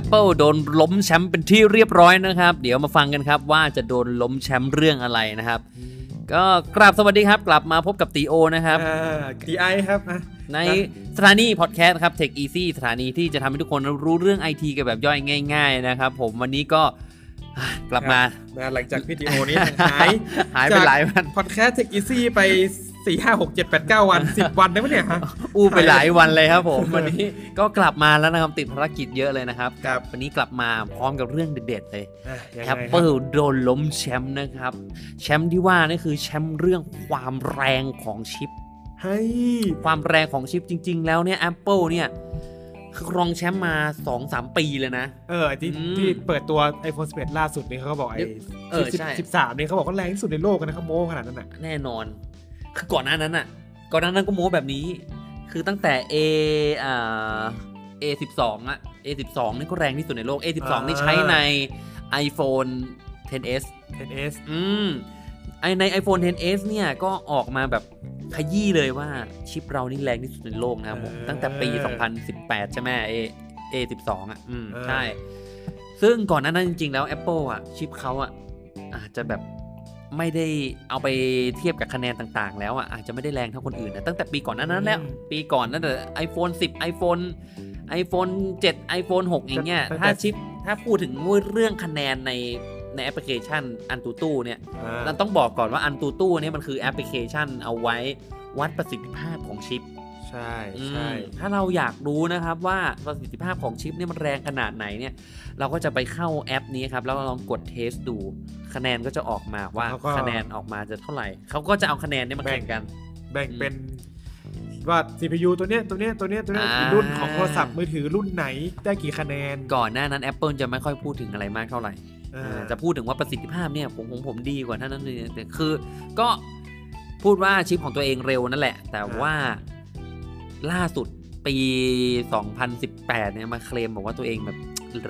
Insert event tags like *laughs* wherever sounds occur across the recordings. Apple โดนล้มแชมป์เป็นที่เรียบร้อยนะครับ เดี๋ยวมาฟังกันครับว่าจะโดนล้มแชมป์เรื่องอะไรนะครับ ก็กราบสวัสดีครับ กลับมาพบกับตีโอนะครับ อ่า DI ครับอ่ะ ในสถานีพอดแคสต์ครับ Tech Easy สถานีที่จะทำให้ทุกคนรู้เรื่อง IT กันแบบย่อยง่าย ๆ นะครับผมวันนี้ก็ *sighs* อ่ะกลับมา นะหลังจากวิดีโอนี้ *laughs* หาย หายไปหลายวัน พอดแคสต์เทคอีซี่ไป 4 5 6 7 8 9 วัน 10 วันได้ไหมเนี่ยฮะ อู้ไปหลายวันเลยครับผม *laughs* วันนี้ก็กลับมาแล้วนะครับติดภารกิจเยอะเลยนะครับ ครับ วันนี้กลับมาพร้อมกับเรื่องเด็ดๆเลย อ่ะยังไง แอ ครับ ปเปิลโดนล้มแชมป์นะครับ แชมป์ที่ว่านี่คือแชมป์เรื่องความแรงของชิป เฮ้ย ความแรงของชิปจริง ๆ แล้วเนี่ย Apple เนี่ยคือครองแชมป์มา 2-3 ปีเลยนะ เออที่ อืม ที่เปิดตัว iPhone 11 ล่าสุดนี่เขาก็บอกไอ้ เออใช่ สิบสามนี่เขาบอกว่าแรงที่สุดในโลกกันนะครับโม้ขนาดนั้นอ่ะ แน่นอน คือก่อนหน้านั้นอ่ะ ก่อนหน้านั้นก็โม้แบบนี้ คือตั้งแต่ A อ่า A12 อะ A12 นี่ก็แรงที่สุดในโลก A12 นี่ใช้ใน iPhone 10s 10s อืมไอใน iPhone 10s เนี่ยก็ออกมาแบบขยี้เลยว่าชิปเรานี่แรงที่สุดในโลกนะครับผม เออ ตั้งแต่ปี 2018 ใช่ไหม A A12 อ่ะ อืม เออ ใช่ ซึ่งก่อนหน้านั้นจริง ๆ แล้ว Apple อ่ะ ชิปเขาอ่ะ อาจจะแบบไม่ได้เอาไปเทียบกับคะแนนต่างๆ แล้วอ่ะอาจจะไม่ได้แรงเท่าคนอื่นนะตั้งแต่ปีก่อนหนานั้นแล้ว อืม ปีก่อนนั่นแต่ iPhone 10 iPhone iPhone 7 iPhone 6 อย่างเงี้ย ตั้งแต่ ถ้าชิปถ้าพูดถึงเรื่องคะแนนในในแอปพลิเคชันอันตูตู้เนี่ย อ่า เราต้องบอกก่อนว่าอันตูตู้เนี่ยมันคือแอปพลิเคชันเอาไว้วัดประสิทธิภาพของชิป ใช่ อืม ใช่ ถ้าเราอยากรู้นะครับว่าประสิทธิภาพของชิปเนี่ยมันแรงขนาดไหนเนี่ย เราก็จะไปเข้าแอปนี้ครับแล้วลองกดเทสดู คะแนนก็จะออกมาว่าคะแนนออกมาจะเท่าไหร่ เขาก็จะเอาคะแนนเนี่ยมาแข่งกัน แบ่งเป็นว่า CPU ตัวเนี้ยตัวเนี้ยตัวเนี้ยตัวเนี้ย อ่า กี่รุ่นของโทรศัพท์มือถือรุ่นไหนได้กี่คะแนน ก่อนหน้านั้น Apple จะไม่ค่อยพูดถึงอะไรมากเท่าไหร่ เอ อ่า อ จะพูดถึงว่าประสิทธิภาพเนี่ยผมผมผมดีกว่าท่านนั้นเลยแต่คือก็พูดว่าชิปของตัวเองเร็วนั่นแหละ แต่ว่าล่าสุดปี 2018 เนี่ยมาเคลมบอกว่าตัวเองแบบ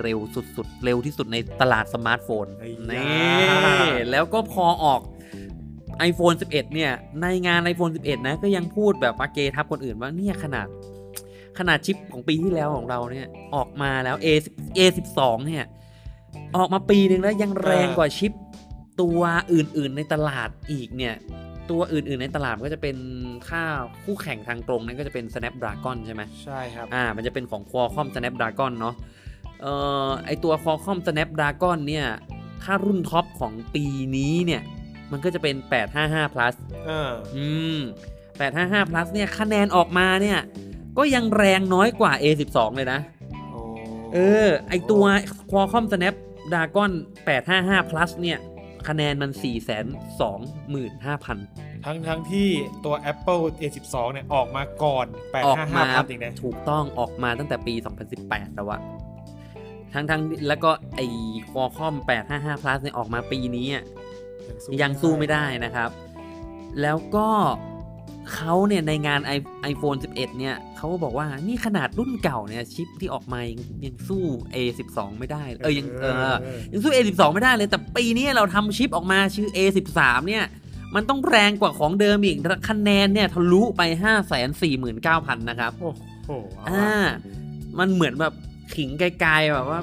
เร็วสุดๆ เร็วที่สุดในตลาดสมาร์ทโฟน ไอ้ น ยา ี่แล้วก็พอออก iPhone 11 เนี่ย ในงาน iPhone 11 นะ ก็ยังพูดแบบปาเกทับคนอื่นว่าเนี่ยขนาด ขนาดชิปของปีที่แล้วของเราเนี่ย ออกมาแล้ว A A12 เนี่ย ออกมาปีหนึ่งแล้วยังแรงกว่าชิปตัวอื่นๆในตลาดอีกเนี่ย ตัวอื่นๆในตลาดมันก็จะเป็นค่าคู่แข่งทางตรงนั่นก็จะเป็น Snapdragon ใช่ไหม ใช่ครับ อ่า มันจะเป็นของ Qualcomm Snapdragon เนาะ เอ่อ ไอตัว Qualcomm Snapdragon เนี่ย ถ้ารุ่นท็อปของปีนี้เนี่ย มันก็จะเป็น 855 plus เออ อืม 855 plus เนี่ย คะแนนออกมาเนี่ย ก็ยังแรงน้อยกว่า A12 เลยนะ โอ้ เออ ไอตัว Qualcomm Snapdragon 855 plus เนี่ย คะแนนมัน 4 2 5 0 0 0 ทั้งทั้งที่ตัว Apple A12 เนี่ย ออกมาก่อน ออกมา 855พันอีกนะ ถูกต้องออกมาตั้งแต่ปี 2018 แล้วอะทั้งทั้งๆแล้วก็ไอ้คอคอม 855 plus เนี่ยออกมาปีนี้อะยังสู้ไม่ได้นะครับ แล้วก็เขาเนี่ยในงาน i- iPhone 11 เนี่ยเขาก็บอกว่านี่ขนาดรุ่นเก่าเนี่ยชิปที่ออกมายังยังสู้ A12 ไม่ได้เลยเออยังเออ ยังสู้ A12 ไม่ได้เลย แต่ปีนี้เราทำชิปออกมาชื่อ A13 เนี่ย มันต้องแรงกว่าของเดิมอีกคะแนนเนี่ยทะลุไป 549,000 นะครับ โอ้โหเอา อ่า อะ มันเหมือนแบบขิงไกลๆแบบว่า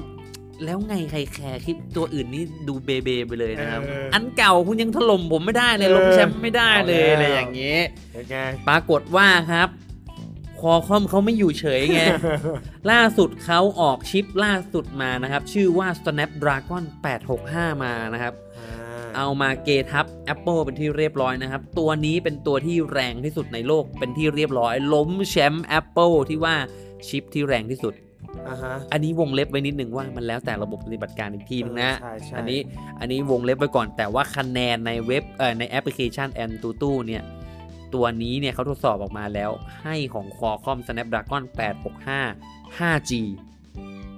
แล้วไงใครแคร์คิดตัวอื่นนี่ดูเบเบไปเลยนะครับ เออ อันเก่าคุณยังถล่มผมไม่ได้เลยลงแชมป์ไม่ได้เลยอะไรอย่างเงี้ย ยังไง ปรากฏว่าครับคอคอมเขาไม่อยู่เฉยไง ล่าสุดเขาออกชิปล่าสุดมานะครับ ชื่อว่า Snapdragon 865 มานะครับ เอามาเกทับ Apple เป็นที่เรียบร้อยนะครับ ตัวนี้เป็นตัวที่แรงที่สุดในโลกเป็นที่เรียบร้อย ล้มแชมป์ Apple ที่ว่าชิปที่แรงที่สุด อ่าฮะ อันนี้วงเล็บไว้นิดหนึ่งว่ามันแล้วแต่ระบบปฏิบัติการอีกทีนึงนะ ใช่ใช่ อันนี้อันนี้วงเล็บไว้ก่อนแต่ว่าคะแนนในเว็บเอ่อในแอปพลิเคชันแอนตูตูเนี่ย ตัวนี้เนี่ยเขาทดสอบออกมาแล้วให้ของ Qualcomm Snapdragon 865 5G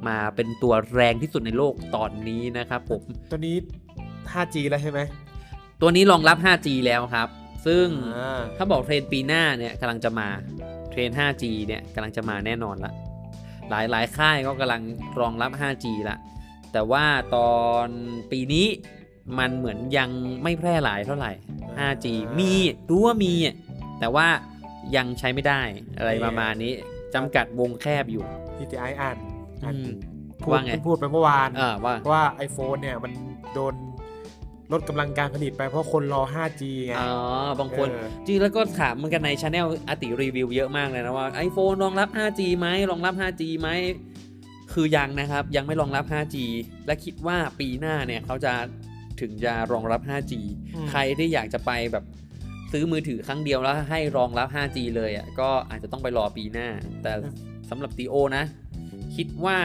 มาเป็นตัวแรงที่สุดในโลกตอนนี้นะครับผม ตัวนี้ 5G แล้วใช่ไหม ตัวนี้รองรับ 5G แล้วครับ ซึ่ง อ่า ถ้าบอกเทรนปีหน้าเนี่ยกำลังจะมา เทรน 5G เนี่ยกำลังจะมาแน่นอนละ หลายหลายค่ายก็กำลังรองรับ 5G ละ แต่ว่าตอนปีนี้มันเหมือนยังไม่แพร่หลายเท่าไหร่ 5G มีรู้ว่ามีอะแต่ว่ายังใช้ไม่ได้อะไรประมาณนี้จำกัดวงแคบอยู่ ที่ TI อ่านอ่าน อืม พูด ว่าไง พูดไปเมื่อวาน อ่าว่า ว่า iPhone เนี่ยมันโดนลดกำลังการผลิตไปเพราะคนรอ 5G ไง อ๋อบางคน เออ จริงแล้วก็ถามเหมือนกันในชาแนลอติรีวิวเยอะมากเลยนะว่า iPhone รองรับ 5G ไหมรองรับ 5G ไหมคือยังนะครับยังไม่รองรับ 5G และคิดว่าปีหน้าเนี่ยเขาจะถึงจะรองรับ 5G ม ใครที่อยากจะไปแบบซื้อมือถือครั้งเดียวแล้วให้รองรับ 5G เลยอ่ะก็อาจจะต้องไปรอปีหน้า แต่สำหรับตีโอนะ คิดว่า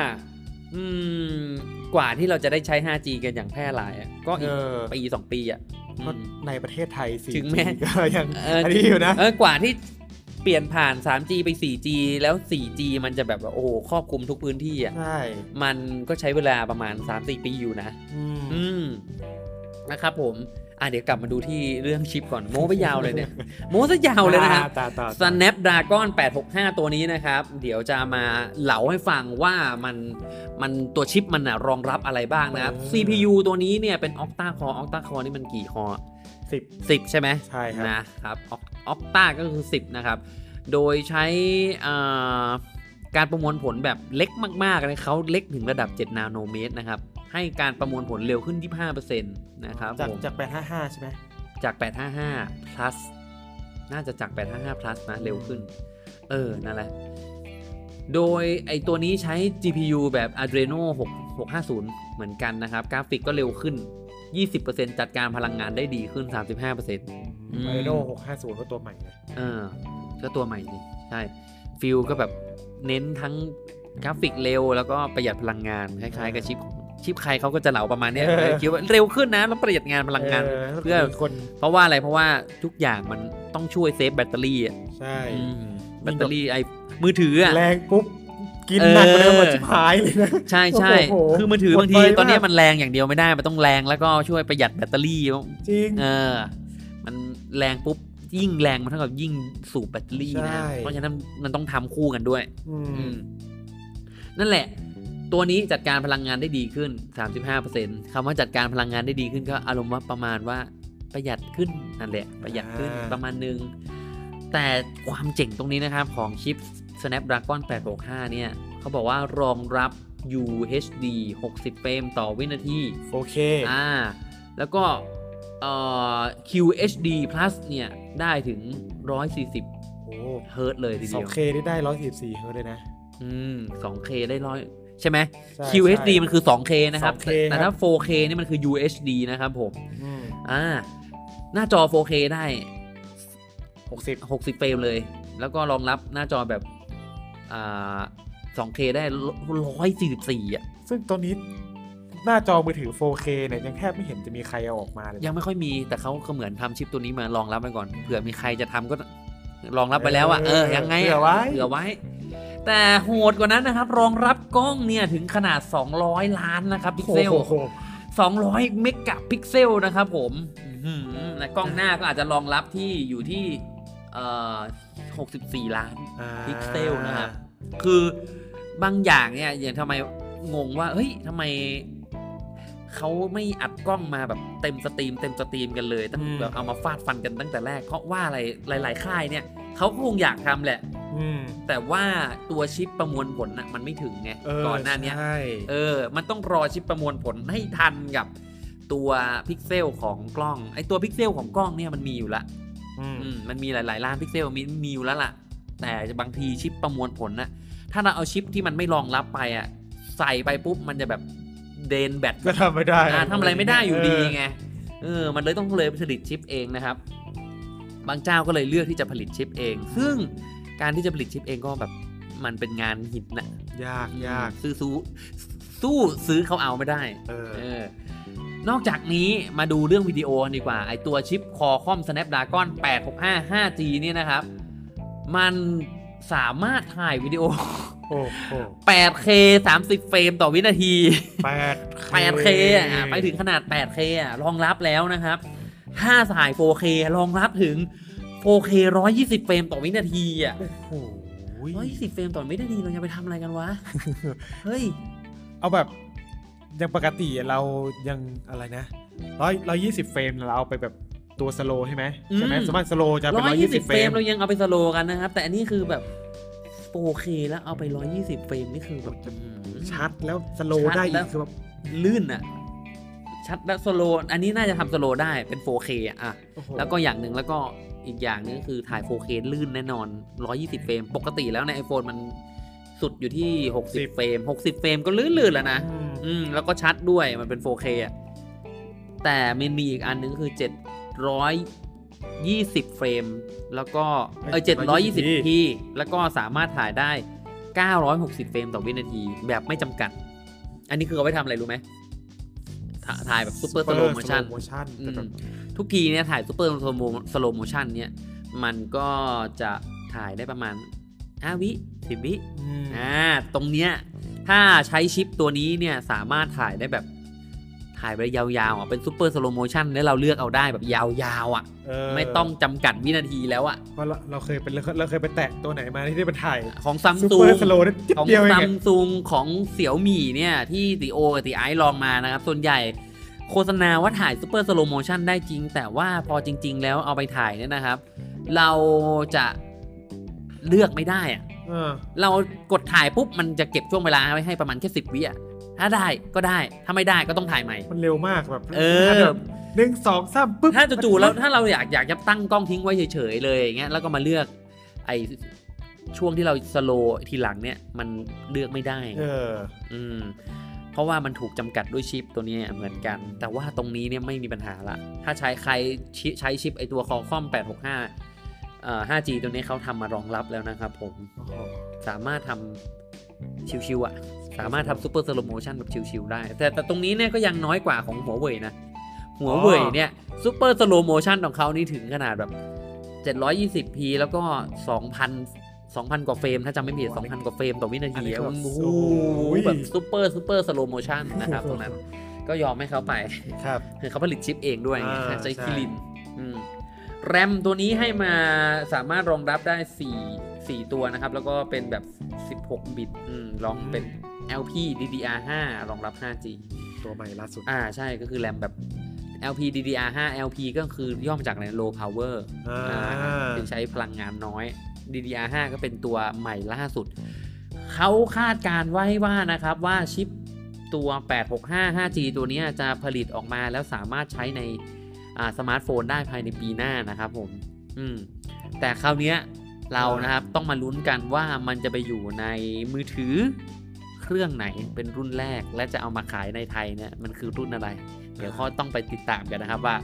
อืมกว่าที่เราจะได้ใช้ 5G กันอย่างแพร่หลายอะก็ เอ อีก อ ปีสองปีอ่ะอื ก็ ม ในประเทศไทยสิ ถึงแม้ ก็ยัง เ อันนี้อยู่นะ เออกว่าที่เปลี่ยนผ่าน 3G ไป 4G แล้ว 4G มันจะแบบว่าโอ้โหครอบคลุมทุกพื้นที่อ่ะ ใช่ มันก็ใช้เวลาประมาณ 3-4 ปีอยู่นะ อืม อืม นะครับผม อ่ะเดี๋ยวกลับมาดูที่เรื่องชิปก่อน โม้ไปยาวเลยเนี่ย โม้ซะยาวเลยนะฮะ ตาตาตา Snapdragon 865 ตัวนี้นะครับ เดี๋ยวจะมาเหลาให้ฟังว่ามันมันตัวชิปมันนะรองรับอะไรบ้างนะครับ เออ CPU ตัวนี้เนี่ยเป็น Octa Core Octa Core นี่มันกี่ Core สิบ 10 ใช่ไหม ใช่ครับ นะครับออกต้าก็คือ 10 นะครับ โดยใช้อ่าการประมวลผลแบบเล็กมากๆนะเขาเล็กถึงระดับ 7 นาโนเมตรนะครับ ให้การประมวลผลเร็วขึ้น 25%นะครับ จาก ผม จากแปดห้าห้าใช่ไหม จาก 855 plus น่าจะจาก 855 plus นะ เร็วขึ้น เออ นั่นแหละ โดยไอตัวนี้ใช้ GPU แบบ Adreno 6 650 เหมือนกันนะครับ กราฟิกก็เร็วขึ้น 20%จัดการพลังงานได้ดีขึ้น 35% อืม ไอโน่หกห้าศูนย์ก็ตัวใหม่นะ เออก็ตัวใหม่สิใช่ฟิลก็แบบเน้นทั้งกราฟิกเร็ว แล้วก็ประหยัดพลังงานคล้ายๆกับชิปชิปใครเขาก็จะเหลาประมาณเนี้ยเออคิดว่าเร็วขึ้นนะแล้วประหยัดงานพลังงาน เพื่อ มีคน เพราะว่าอะไรเพราะว่าทุกอย่างมันต้องช่วยเซฟแบตเตอรี่อะ ใช่ อืมแบตเตอรี่ไอ้มือถืออ่ะ แรงปุ๊บ กินหนักไปเลย เออ หมดชิบหายเลยนะ ใช่ใช่ โอ้โห คือมือถือ หมด บางที ไปมาก ตอนเนี้ยมันแรงอย่างเดียวไม่ได้มันต้องแรงแล้วก็ช่วยประหยัดแบตเตอรี่ จริง เออ มันแรงปุ๊บยิ่งแรงมันเท่ากับยิ่งสูบแบตเตอรี่นะ ใช่ เพราะฉะนั้นมันต้องทำคู่กันด้วย อืม อืมนั่นแหละ ตัวนี้จัดการพลังงานได้ดีขึ้น 35%คำว่าจัดการพลังงานได้ดีขึ้นก็อารมณ์ว่าประมาณว่าประหยัดขึ้นนั่นแหละ ประหยัดขึ้น อ่า ประมาณนึง แต่ความเจ๋งตรงนี้นะครับ ของชิป Snapdragon 865 เนี่ย เขาบอกว่ารองรับ UHD 60 เฟรมต่อวินาที โอเค อ่า แล้วก็เอ่อ QHD plus เนี่ย ได้ถึง 140 โอ้ เฮิร์ตซ์เลยที สอ เดี ง ยว เคนี่ได้ร้อยสิบสี่เฮิร์ตซ์เลยนะ อืม 2K ได้ร้อยใช่ไหม ใช่ QHD ใช่ มันคือ 2K นะครับ 2K แต่แต่ ครั ถ้า บ 4K นี่มันคือ UHD นะครับผม อืม อ่า หน้าจอ 4K ได้ หกสิบ 60 เฟรมเลย แล้วก็รองรับหน้าจอแบบ อ่า 2K ได้ 144 อ่ะ ซึ่งตอนนี้หน้าจอมือถือ 4K เนี่ยยังแทบไม่เห็นจะมีใครเอาออกมาเลย ยังไม่ค่อยมี แต่เขาก็เหมือนทำชิปตัวนี้มารองรับไว้ก่อน เผื่อมีใครจะทำก็รองรับไปแล้วอ่ะ เออ ยังไง เผื่ อะ อไว้ เผื่อไว้ แต่โหดกว่านั้นนะครับ รองรับกล้องเนี่ยถึงขนาด 200 ล้านนะครับพิกเซล โอ้โห 200 เมกะพิกเซลนะครับผมอื้อหือและกล้องหน้าก็อาจจะรองรับที่อยู่ที่เอ่อ64 ล้าน อ่า พิกเซลนะครับ คือบางอย่างเนี่ยอย่างทำไมงงว่า เฮ้ยทำไมเขาไม่อัดกล้องมาแบบเต็มสตรีม เต็มสตรีมกันเลย ตั้งแบบเอามาฟาดฟันกันตั้งแต่แรก เพราะว่าอะไรหลาย ๆ ค่ายเนี่ยเขาก็คงอยากทำแหละ อืม แต่ว่าตัวชิปประมวลผลน่ะมันไม่ถึงไง เ ก่อนหน้าเนี้ย ใช่ เออ มันต้องรอชิปประมวลผลให้ทันกับตัวพิกเซลของกล้อง ไอตัวพิกเซลของกล้องเนี่ยมันมีอยู่ละ ม อืมมันมีหลาย ๆ ล้านพิกเซลมีมีอยู่แล้วล่ะ แต่บางทีชิปประมวลผลนะถ้าเราเอาชิปที่มันไม่รองรับไปอ่ะ ใส่ไปปุ๊บมันจะแบบเดนแบต ก็ทำไม่ได้ อ่าทำอะไรไม่ได้อยู่ดีไง เออ มันเลยต้องเลยผลิตชิปเองนะครับ บางเจ้าก็เลยเลือกที่จะผลิตชิปเอง ซึ่งการที่จะผลิตชิปเองก็แบบมันเป็นงานหินนะ ยากยาก ซื้อสู้สู้ซื้อเขาเอาไม่ได้ เออ เออ นอกจากนี้มาดูเรื่องวิดีโอกันดีกว่า ไอตัวชิปคอคอม Snapdragon 865 5G เนี่ยนะครับ มันสามารถถ่ายวิดีโอ โอ้โห 8K 30 เฟรมต่อวินาที แปด 8K อ่ะไปถึงขนาด 8K อ่ะรองรับแล้วนะครับ ถ้าถ่าย 4K รองรับถึง 4K 120 เฟรมต่อวินาทีอ่ะ โอ้ย ร้อยสิบเฟรมต่อวินาทีเราจะไปทำอะไรกันวะ เฮ้ย เอาแบบยังปกติเรายังอะไรนะร้อยร้อยยี่สิบเฟรมเราเอาไปแบบตัวสโลใช่ไหมใช่ไหม อืม สมมติสโลจะเป็ร้นอ ร้อยย ยี่ ยี่ สิ สิ บบ เฟ เฟ ร ร ม ม เรายังเอาไปสโลว์กันนะครับ แต่อันนี้คือแบบ 4K แล้วเอาไป 120 เฟรมนี่คือแบบอื้อหือ ชัดแล้วสโลว์ได้ ชัดแล้วอีกคือแบบ ลื่นอะชัดและสโลอันนี้น่าจะทำสโลได้เป็น 4K อะอะ โอ้โห แล้วก็อย่างหนึ่งแล้วก็อีกอย่างหนึงคือถ่าย 4K ลื่นแน่นอน 120 เฟรม ปกติแล้วใน iPhone มันสุดอยู่ที่ 60 เฟรม 60 เฟรมก็ลื่นๆแล้วนะ อืม อืม แล้วก็ชัดด้วยมันเป็น 4K อะแต่มันมีอีกอันหนึงคือ 720 เฟรม แล้วก็ เออ720 p แล้วก็สามารถถ่ายได้ 960 เฟรมต่อวินาที แบบไม่จำกัด อันนี้คือเอาไว้ทำอะไรรู้ไหมถ่าถ่ายแบบซูเปอร์สโลโมชั่น โมชั่น อื แต่ ม แบบ ทุกทีเนี่ยถ่ายซูเปอร์สโลสโลโมชันเนี่ย มันก็จะถ่ายได้ประมาณห้าวิสิบวิ อืม อ่าตรงเนี้ยถ้าใช้ชิปตัวนี้เนี่ยสามารถถ่ายได้แบบถ่ายไปยาวๆอ่ะเป็นซูเปอร์สโลโมชันแล้วเราเลือกเอาได้แบบยาวๆอ่ะ เออ ไม่ต้องจำกัดวินาทีแล้วอ่ะ เพราะเราเราเคยเป็นเราเคยไปแตะตัวไหนมาที่ได้ไปถ่าย ของซัม ซู ซุ เปอง ร์สโลว์ได้จิ๊บ ของ เดียวเอง ซัม อะ ซุงของเสี่ยวมี่เนี่ย ที่ติโอกับติไอซ์ลองมานะครับ ส่วนใหญ่โฆษณาว่าถ่ายซูเปอร์สโลโมชันได้จริง แต่ว่าพอจริง ๆ แล้วเอาไปถ่ายเนี่ยนะครับ เราจะเลือกไม่ได้อะ เออ เรากดถ่ายปุ๊บ มันจะเก็บช่วงเวลาไว้ให้ประมาณแค่สิบวิอะถ้าได้ก็ได้ ถ้าไม่ได้ก็ต้องถ่ายใหม่ มันเร็วมากแบบ เออ หนึ่งสองสามปึ๊บ ถ้าจู่ๆแล้วถ้าเราอยากอยากจะตั้งกล้องทิ้งไว้เฉยๆเลยอย่างเงี้ยแล้วก็มาเลือกไอช่วงที่เราสโลทีหลังเนี่ยมันเลือกไม่ได้ เออ อืม เพราะว่ามันถูกจำกัดด้วยชิปตัวเนี้ยเหมือนกัน แต่ว่าตรงนี้เนี่ยไม่มีปัญหาละ ถ้าใช้ใครชิใช้ชิปไอตัวคอคอม 865เอ่อ 5G ตัวนี้เขาทำมารองรับแล้วนะครับผม สามารถทำชิวๆอะสามารถทำซูเปอร์สโลโมชันแบบชิวๆได้ แต่แต่ตรงนี้เนี่ยก็ยังน้อยกว่าของหัวเว่ยนะ หัวเว่ยเนี่ยซูเปอร์สโลโมชันของเขานี่ถึงขนาดแบบ 720p แล้วก็ 2,000 2,000 กว่าเฟรม ถ้าจำไม่ผิด2,000 กว่าเฟรมต่อวินาทีอันนี้ อะ ก็แบบ โอ้โห โอ้ย แบบซูเปอร์ซูเปอร์สโลโมชันนะครับตรงนั้น ก็ยอมให้เขาไป ครับ คือเขาผลิตชิปเองด้วยไง อ่า ใช้ ใช่ คิรินอืมแรมตัวนี้ให้มาสามารถรองรับได้ 4 4 ตัวนะครับ แล้วก็เป็นแบบ 16 บิตอืมรองเป็น LP DDR5 รองรับ 5G ตัวใหม่ล่าสุด อ่าใช่ก็คือแรมแบบ LP DDR5 LP ก็คือย่อมาจากอะไร low power อ่า อ่าคือใช้พลังงานน้อย DDR5 ก็เป็นตัวใหม่ล่าสุด เขาคาดการณ์ไว้ว่านะครับว่าชิปตัว 865 5G ตัวเนี้ยจะผลิตออกมาแล้วสามารถใช้ในอ่าสมาร์ทโฟนได้ภายในปีหน้านะครับผม อืม แต่คราวเนี้ยเรานะครับต้องมาลุ้นกันว่ามันจะไปอยู่ในมือถือเครื่องไหนเป็นรุ่นแรกและจะเอามาขายในไทยเนี่ยมันคือรุ่นอะไร เดี๋ยวเขาต้องไปติดตามกันนะครับว่า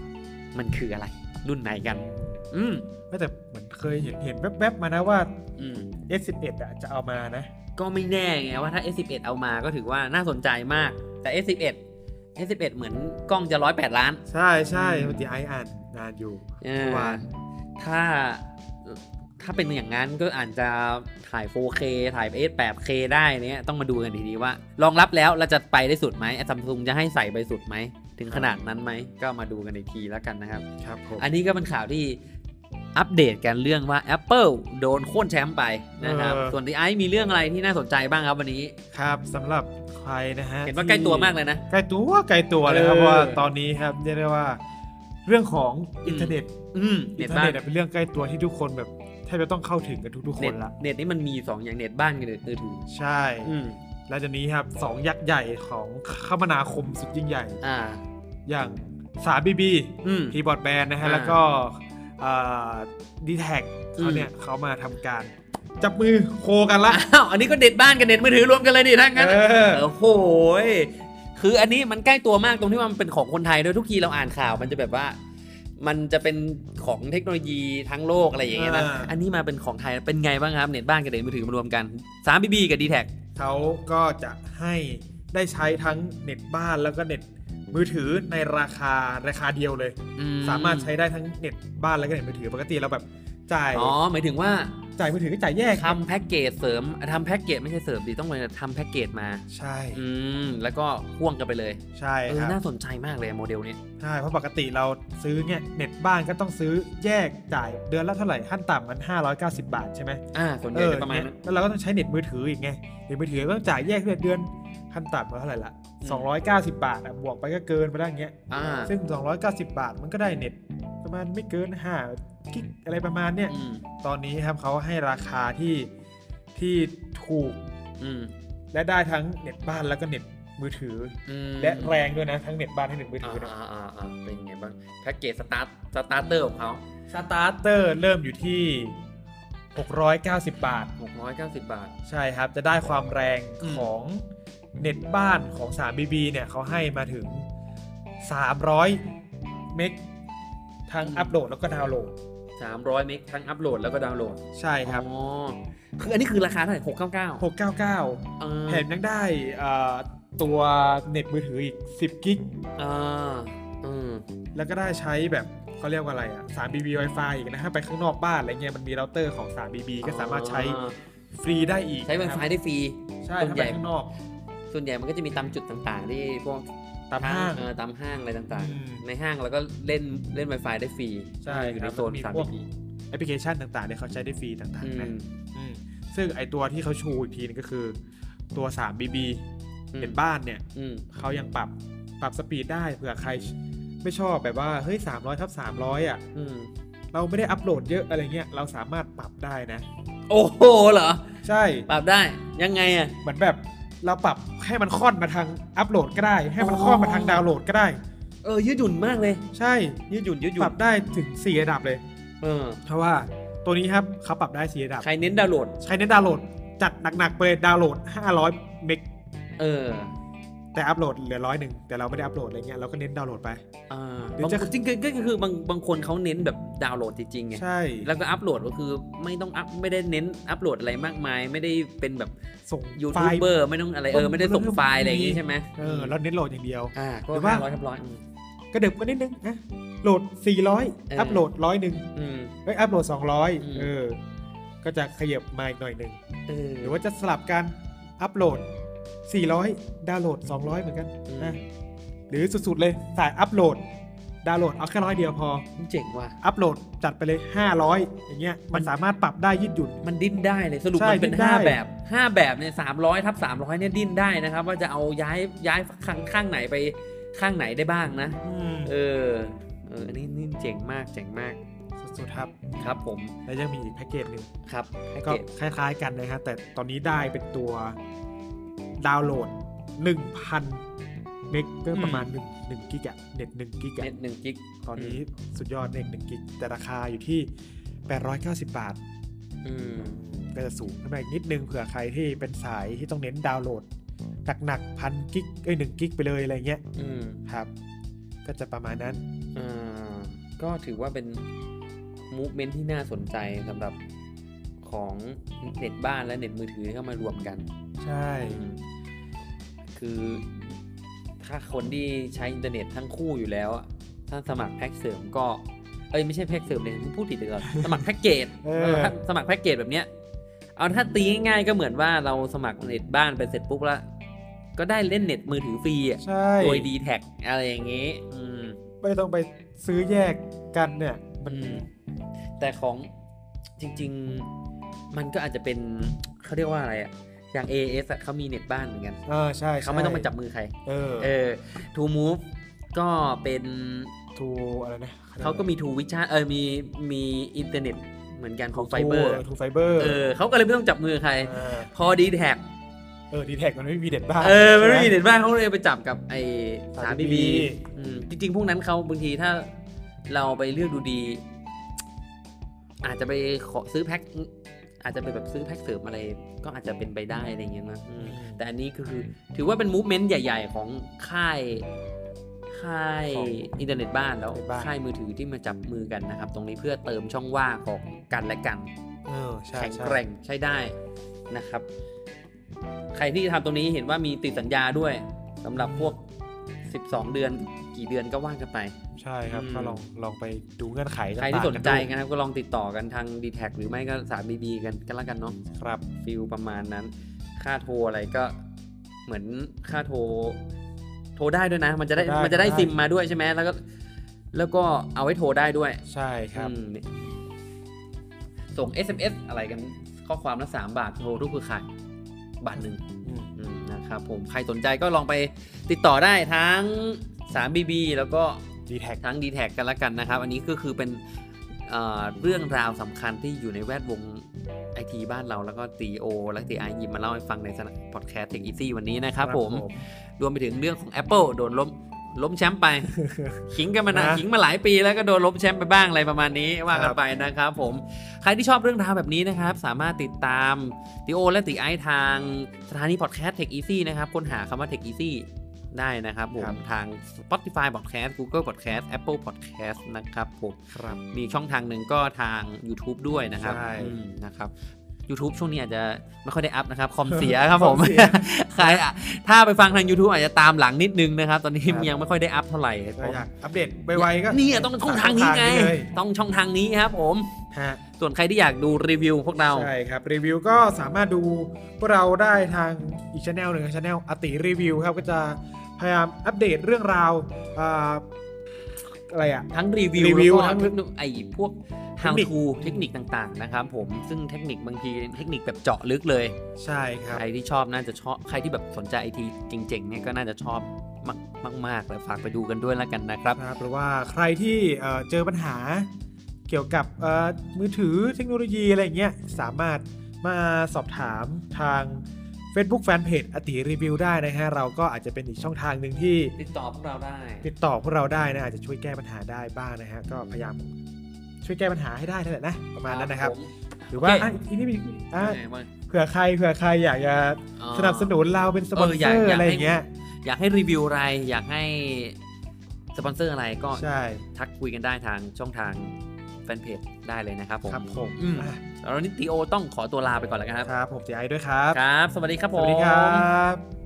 มันคืออะไรรุ่นไหนกัน อืม ไม่แต่เหมือนเคยเห็นเห็นแวบๆมานะว่า อืม S11 อ่ะจะเอามานะ ก็ไม่แน่ไงว่าถ้า S11 เอามาก็ถือว่าน่าสนใจมาก แต่ S11 S11 เหมือนกล้องจะร้อยแปดล้าน ใช่ใช่ อืม วันที่ไออ่านนานอยู่ เอ เมื่ อ อวาน ถ้าถ้าเป็นอย่างนั้นก็อาจจะถ่าย 4K ถ่าย S8K ได้เนี่ยต้องมาดูกันดีๆว่า รองรับแล้วเราจะไปได้สุดไหมซัมซุงจะให้ใส่ไปสุดไหม ถึงขนาดนั้นไหม ก็มาดูกันอีกทีแล้วกันนะครับ ครับผม อันนี้ก็เป็นข่าวที่อัปเดตกันเรื่องว่า Apple โดนโค่นแชมป์ไปนะครับ ส่วนที่ไอซ์มีเรื่องอะไรที่น่าสนใจบ้างครับวันนี้ ครับสำหรับใครนะฮะ เห็นว่า ที่ ใกล้ตัวมากเลยนะ ใกล้ตัวใกล้ตัวเลยครับ เออ เพราะว่าตอนนี้ครับเรียกได้ว่า เรื่องของอินเทอร์เน็ต อืม อิ เน็ น ต เทอร์ บ้า เน็ น ตอะเป็นเรื่องใกล้ตัวที่ทุกคนแบบแทบจะต้องเข้าถึงกันทุกๆค เน็ น ต ละ เน็ตนี่มันมีสองอย่างเน็ตบ้านกับเน็ตมือถือ ใช่ อืม แล้วจากนี้ครับสองยักษ์ใหญ่ของคมนาคมสุดยิ่งใหญ่ อ่า อย่างสามบีบี อืม พีบอร์ดแบนนะฮะ อ่า แล้วก็ดีแท็ก อืม เขาเนี่ยเขามาทำการ จับมือโคกันละ อ้าวอันนี้ก็เน็ตบ้านกับเน็ตมือถือรวมกันเลยนี่ถ้างั้น เออ โอ้โหยคืออันนี้มันใกล้ตัวมากตรงที่ว่ามันเป็นของคนไทยด้วยทุกทีเราอ่านข่าวมันจะแบบว่า มันจะเป็นของเทคโนโลยีทั้งโลกอะไรอย่างเงี้ยนะ อ่า อันนี้มาเป็นของไทยเป็นไงบ้างครับเน็ตบ้านกับเน็ตมือถือมารวมกัน3 BB กับ d t แท เขาก็จะให้ได้ใช้ทั้งเน็ตบ้านแล้วก็เน็ตมือถือในราคาราคาเดียวเลย สามารถใช้ได้ทั้งเน็ตบ้านแล้วก็เน็ตมือถือปกติเราแบบจ่าย อ๋อหมายถึงว่า จ่ายมือถือก็จ่ายแยก ทำแพ็กเกจเสริมทำแพ็กเกจไม่ใช่เสริมดิต้องเลยทำแพ็กเกจมา ใช่ อืม แล้วก็พ่วงกันไปเลย ใช่ เออ ครับ น่าสนใจมากเลยโมเดลนี้ ใช่เพราะปกติเราซื้อเนี่ยเน็ตบ้านก็ต้องซื้อแยกจ่ายเดือนละเท่าไหร่ขั้นต่ำมัน 590 บาทใช่ไหม อ่าส่วนใหญ่จะประมาณนั้น เออแล้วเราก็ต้องใช้เน็ตมือถืออีกไง เน็ตมือถือก็ต้องจ่ายแยกด้วยเดือนขั้นต่ำมาเท่าไหร่ละ อืม 290 บาทอะบวกไปก็เกินไปได้อย่างเงี้ย อ่า ซึ่ง 290 บาทมันก็ได้เน็ตประมาณไม่เกิน5กิกอะไรประมาณเนี้ย อืม ตอนนี้ครับเขาให้ราคาที่ ที่ถูก อืม และได้ทั้งเน็ตบ้านแล้วก็เน็ตมือถือ อืม อและแรงด้วยนะทั้งเน็ตบ้านทั้งเน็ตมือถื อ่า อนะ อ่าอ่าอ่าเป็นไงบ้างแพ็กเกจสตาร์ทสตาร์เตอร์ของเขา สตาร์เตอร์เริ่มอยู่ที่ 690 บาท 690 บาท ใช่ครับ จะได้ความแรง อืม ของเน็ตบ้านของ3 BB เนี่ยเขาให้มาถึง 300 เมกทั้งอัปโหลดแล้วก็ดาวน์โหลด 300เมกทั้งอัพโหลดแล้วก็ดาวน์โหลด ใช่ครับ อ๋อคืออันนี้คือราคาเท่าไหร่699 699 เออ แถมยังได้เอ่อตัวเน็ตมือถืออีก 10 กิก เออเออ แล้วก็ได้ใช้แบบเขาเรียกว่าอะไรอ่ะ 3BB Wi-Fi อีกนะถ้าไปข้างนอกบ้านอะไรเงี้ยมันมีเราเตอร์ของ 3BB ก็สามารถใช้ฟรีได้อีก ใช้ Wi-Fi นะครับ ได้ฟรี ใช่ ส่วน ถ้า ให ไป ญ่ ข้างนอก ส่วนใหญ่มันก็จะมีตามจุดต่างๆ ที่พวก ตามห้าง เออตามห้างอะไรต่าง อืม ๆ ในห้างเราก็เล่นเล่น Wi-Fi ได้ฟรี ใช่ อยู่ ค ใน รับ โซน มันมี สาม พวก ปี แอปพลิเคชันต่างๆเนี่ยเขาใช้ได้ฟรีต่าง อื ๆนะ ม อืมซึ่งไอตัวที่เขาชูอีกทีนึงก็คือตัว 3BB เน็ตบ้านเนี่ย อืม เขายังปรับปรับสปีดได้เผื่อใครไม่ชอบแบบว่าเฮ้ย300ทับ300อ่ะ อืม เราไม่ได้อัปโหลดเยอะอะไรเงี้ยเราสามารถปรับได้นะ โอ้โหเหรอ ใช่ ปรับได้ยังไงอ่ะ เหมือนแบบเราปรับให้มันค่อนมาทางอัปโหลดก็ได้ ให้มันค่อนมาทางดาวน์โหลดก็ได้ เออ ยืดหยุ่นมากเลย ใช่ ยืดหยุ่นยืดหยุ่ ปรั น บได้ถึง 4 ระดับเลย เออ เพราะว่าตัวนี้ครับเขาปรับได้4ระดับ ใครเน้นดาวน์โหลด ใช้ในดาวน์โหลดจัดหนักๆไปเลยดาวน์โหลด 500 เมก เออ แต่อัปโหลดเหลือร้อยหนึ่งแต่เราไม่ได้อัปโหลดอะไรเงี้ยเราก็เน้นดาวน์โหลดไป อ่า หรือบ าง จะ คนจริงๆก็คือบางบางคนเขาเน้นแบบดาวน์โหลดจริงๆไง ใช่ แล้วก็อัพโหลดก็คือไม่ต้องอัพไม่ได้เน้นอัพโหลดอะไรมากมาย ไม่ได้เป็นแบบ ส่ง ยู ไฟ ทูบ ล์ เบอร์ไม่ต้องอะไรเออไม่ได้ส่งไฟล์อะไรอย่างงี้ใช่ไหม เออเราเน้นโหลดอย่างเดียว อ่าก็ หรือว่า ห้าร้อยทับร้อยอืม กระเดิบกันนิดนึงนะโหลด เออ 400 อั อัปโหลดร้อยหนึ่ง อืม เอ้ยอัปโหลด อืม 200เออก็จะขยับมาอีกหน่อยหนึ่ง เออ หรือว่าจะสลับกันอัปโหลด 400 ดาวน์โหลด 200 เหมือนกัน อืม นะหรือสุด ๆ เลยสายอัปโหลด ดาวน์โหลดเอาแค่ร้อยเดียวพอ เจ๋งว่ะ อัปโหลดจัดไปเลย 500 อย่างเงี้ย มันสามารถปรับได้ยืดหยุ่น มันดิ้นได้เลยสรุป ใช่ มันเป็น ดิ้นได้ ห้าแบบห้าแบบเนี่ยสามร้อยทับสามร้อยเนี่ยดิ้นได้นะครับ ว่าจะเอาย้ายย้ายข้างข้างไหนไปข้างไหนได้บ้างนะ เออเอออันนี้นี่เจ๋งมากเจ๋งมาก สุดๆครับ ครับผม แล้วยังมีอีกแพ็กเกจหนึ่ง ครับแพ็ก ก็ เกจ คล้ายๆกันนะฮะแต่ตอนนี้ได้เป็นตัวดาวน์โหลด 1,000 เมกก็ประมาณ1 1กิกะเน็ต1กิกะ เน็ตหนึ่งกิก ตอนนี้สุดยอดเน็ต1กิกแต่ราคาอยู่ที่ 890 บาท อืม ก็จะสูงขึ้นมาอีกนิดนึงเผื่อใครที่เป็นสายที่ต้องเน้นดาวน์โหลด หนักๆพันกิกเอ้ยหนึ่งกิกไปเลยอะไรเงี้ย อืม ครับ ก็จะประมาณนั้น อ่าก็ถือว่าเป็นมูฟเมนที่น่าสนใจสำหรับของเน็ตบ้านและเน็ตมือถือที่เข้ามารวมกัน ใช่ อืมคือถ้าคนที่ใช้อินเทอร์เน็ตทั้งคู่อยู่แล้วอะถ้าสมัครแพ็กเสริมก็ เอ้ยไม่ใช่แพ็กเสริมเลยพูดผิดเลยก่อน สมัครแพ็กเกจ เออ เออถ้าสมัครแพ็กเกจแบบเนี้ย เอาถ้าตีง่ายๆก็เหมือนว่าเราสมัครเน็ตบ้านไปเสร็จปุ๊บแล้ว ก็ได้เล่นเน็ตมือถือฟรีอ่ะ ใช่ โดยดีแท็กอะไรอย่างงี้ อืม ไม่ต้องไปซื้อแยกกันเนี่ย มัน อืมแต่ของจริง ๆ มันก็อาจจะเป็นเขาเรียกว่าอะไรอะอย่าง AS อะเขามีเน็ตบ้านเหมือนกัน อ่าใช่ใช่ เขาไม่ต้องมาจับมือใคร เออ เออ Two Move ก็เป็น ทูอะไรนะ เขาก็มี Two Vision เออมีมีอินเทอร์เน็ตเหมือนกันของไฟเบอร์ ทูไฟเบอร์ เออเขาก็เลยไม่ต้องจับมือใคร พอดีแท็ก เออดีแท็กมันไม่มีเด็ดบ้าง เออมันไม่มีเน็ตบ้านเขาเลยไปจับกับไอ้สามบี 3BB บีจริง ๆ พวกนั้นเขาบางทีถ้าเราไปเลือกดูดี อาจจะไปขอซื้อแพ็คอาจจะไปแบบซื้อแพ็คเสริมอะไร ก็อาจจะเป็นไปได้อะไรอย่างเงี้ยนะอืม อืม แต่อันนี้ก็คือ ถือว่าเป็นมูฟเมนต์ใหญ่ ๆ ของค่ายค่าย ของ อินเทอร์เน็ตบ้านแล้ว อินเทอร์เน็ตบ้าน ค่ายมือถือที่มาจับมือกันนะครับ ตรงนี้เพื่อเติมช่องว่างของกันและกัน เออใช่ แข็ง ใช่ แกร่งใช้ได้นะครับ ใครที่ทำตรงนี้เห็นว่ามีติดสัญญาด้วยสำหรับพวก 12 เดือนกี่เดือนก็ว่ากันไป ใช่ครับ อืม ก็ลองลองไปดูเงื่อนไข ใครที่ ต่างๆ สนใจ กัดู นะครับก็ลองติดต่อกันทาง d t แทหรือไม่ก็สามบีบีกันกันละกันเนาะ ครับ ฟิลประมาณนั้น ค่าโทรอะไรก็เหมือนค่าโทร โทรได้ด้วยนะ มันจะได้ ได้ มันจะได้ ได้ ซิมมาด้วยใช่ไหมแล้วก็ แล้วก็เอาไว้โทรได้ด้วย ใช่ครับ อืมส่ง SMS อะไรกันข้อความละ3บาทโทรทุกเครือข่ายบาทหนึ่ง อืม อืมนะครับผมใครสนใจก็ลองไปติดต่อได้ทั้ง 3BB แล้วก็ ดีแท็ก ทั้ง d t แทกันละกันนะครับ อันนี้ก็คือเป็นเอ่อเรื่องราวสำคัญที่อยู่ในแวดวงไอ ทีบ้านเราแล้วก็ตีโอและตีไอยิมมาเล่าให้ฟังในสนามพอดแคสต์เทคอีซี่วันนี้นะครับผม *laughs* รวมไปถึงเรื่องของ Apple โดนล้มล้มแชมป์ไป ขิงกันมานะ นะ ขิงมาหลายปีแล้วก็โดนล้มแชมป์ไปบ้างอะไรประมาณนี้ว่ากัน ครับ ไปนะครับผม ใครที่ชอบเรื่องราวแบบนี้นะครับ สามารถติดตามติโอและติไอซ์ทางสถานีพอดแคสต์ Tech Easy นะครับ ค้นหาคำว่า Tech Easy ได้นะครับผ ครั ม บ ทาง Spotify Podcast Google Podcast Apple Podcast นะครับผม ครับ มีช่องทางหนึ่งก็ทาง YouTube ด้วยนะครับ ใช่ อืมนะครับ YouTube ช่วงนี้อาจจะไม่ค่อยได้อัพนะครับ ค *laughs* อมเสียครับผม คอมเสีย ใครอะถ้าไปฟังทาง YouTube อาจจะตามหลังนิดนึงนะครับ ตอนนี้ ครับ ยังไม่ค่อยได้อัพเท่าไหร่ ก็อยากอัปเดตไวๆก็ เนี่ยต้องช่องทางนี้ไง เลย ต้องช่องทางนี้ครับผม ฮะ ส่วนใครที่อยากดูรีวิวพวกเรา ใช่ครับ รีวิวก็สามารถดูพวกเราได้ทางอีกช anel หนึ่งช anel อติรีวิวครับก็จะพยายามอัปเดตเรื่องราวอ่าอะไรอ่ะ ทั้งรีวิว รีวิว แล้ ทั้ ก็ ง ทั้งไอ้พวก how เทคนิค to เทคนิคต่างๆนะครับผมซึ่งเทคนิคบางทีเทคนิคแบบเจาะลึกเลย ใช่ครับ ใครที่ชอบน่าจะชอบใครที่แบบสนใจไอทีจริงๆเนี่ยก็น่าจะชอบมากมากๆเลยฝากไปดูกันด้วยแล้วกันนะครับ ครับหรือว่าใครที่เอ่อเจอปัญหาเกี่ยวกับเอ่อมือถือเทคโนโลยีอะไรอย่างเงี้ยสามารถมาสอบถามทาง Facebook Fanpage อติรีวิวได้นะฮะ เราก็อาจจะเป็นอีกช่องทางหนึ่งที่ ติดต่อพวกเราได้ ติดต่อพวกเราได้นะอาจจะช่วยแก้ปัญหาได้บ้างนะฮะก็พยายามช่วยแก้ปัญหาให้ได้นั่นแหละนะประมาณนั้นนะครับ ผม หรือว่า โอเค อ่ะอีกนี่มีอ่ะ ยังไงบ้าง เผื่อใครเผื่อใครอยากจะ อ๋อ สนับสนุนเราเป็นสปอน เออ เซ อยาก อร์ อยากให้ อะไรอย่างเงี้ย อยากให้รีวิวอะไร อยากให้สปอนเซอร์อะไรก็ ใช่ ทักคุยกันได้ทางช่องทางแฟนเพจได้เลยนะครับผม ครับผม อืม อ่ะ แล้ววันนี้ตีโอต้องขอตัวลาไปก่อนแล้วกันครับ ครับผมเสียไอ้ด้วยครับ ครับ สวัสดีครับ ส ผม วัสดีครับ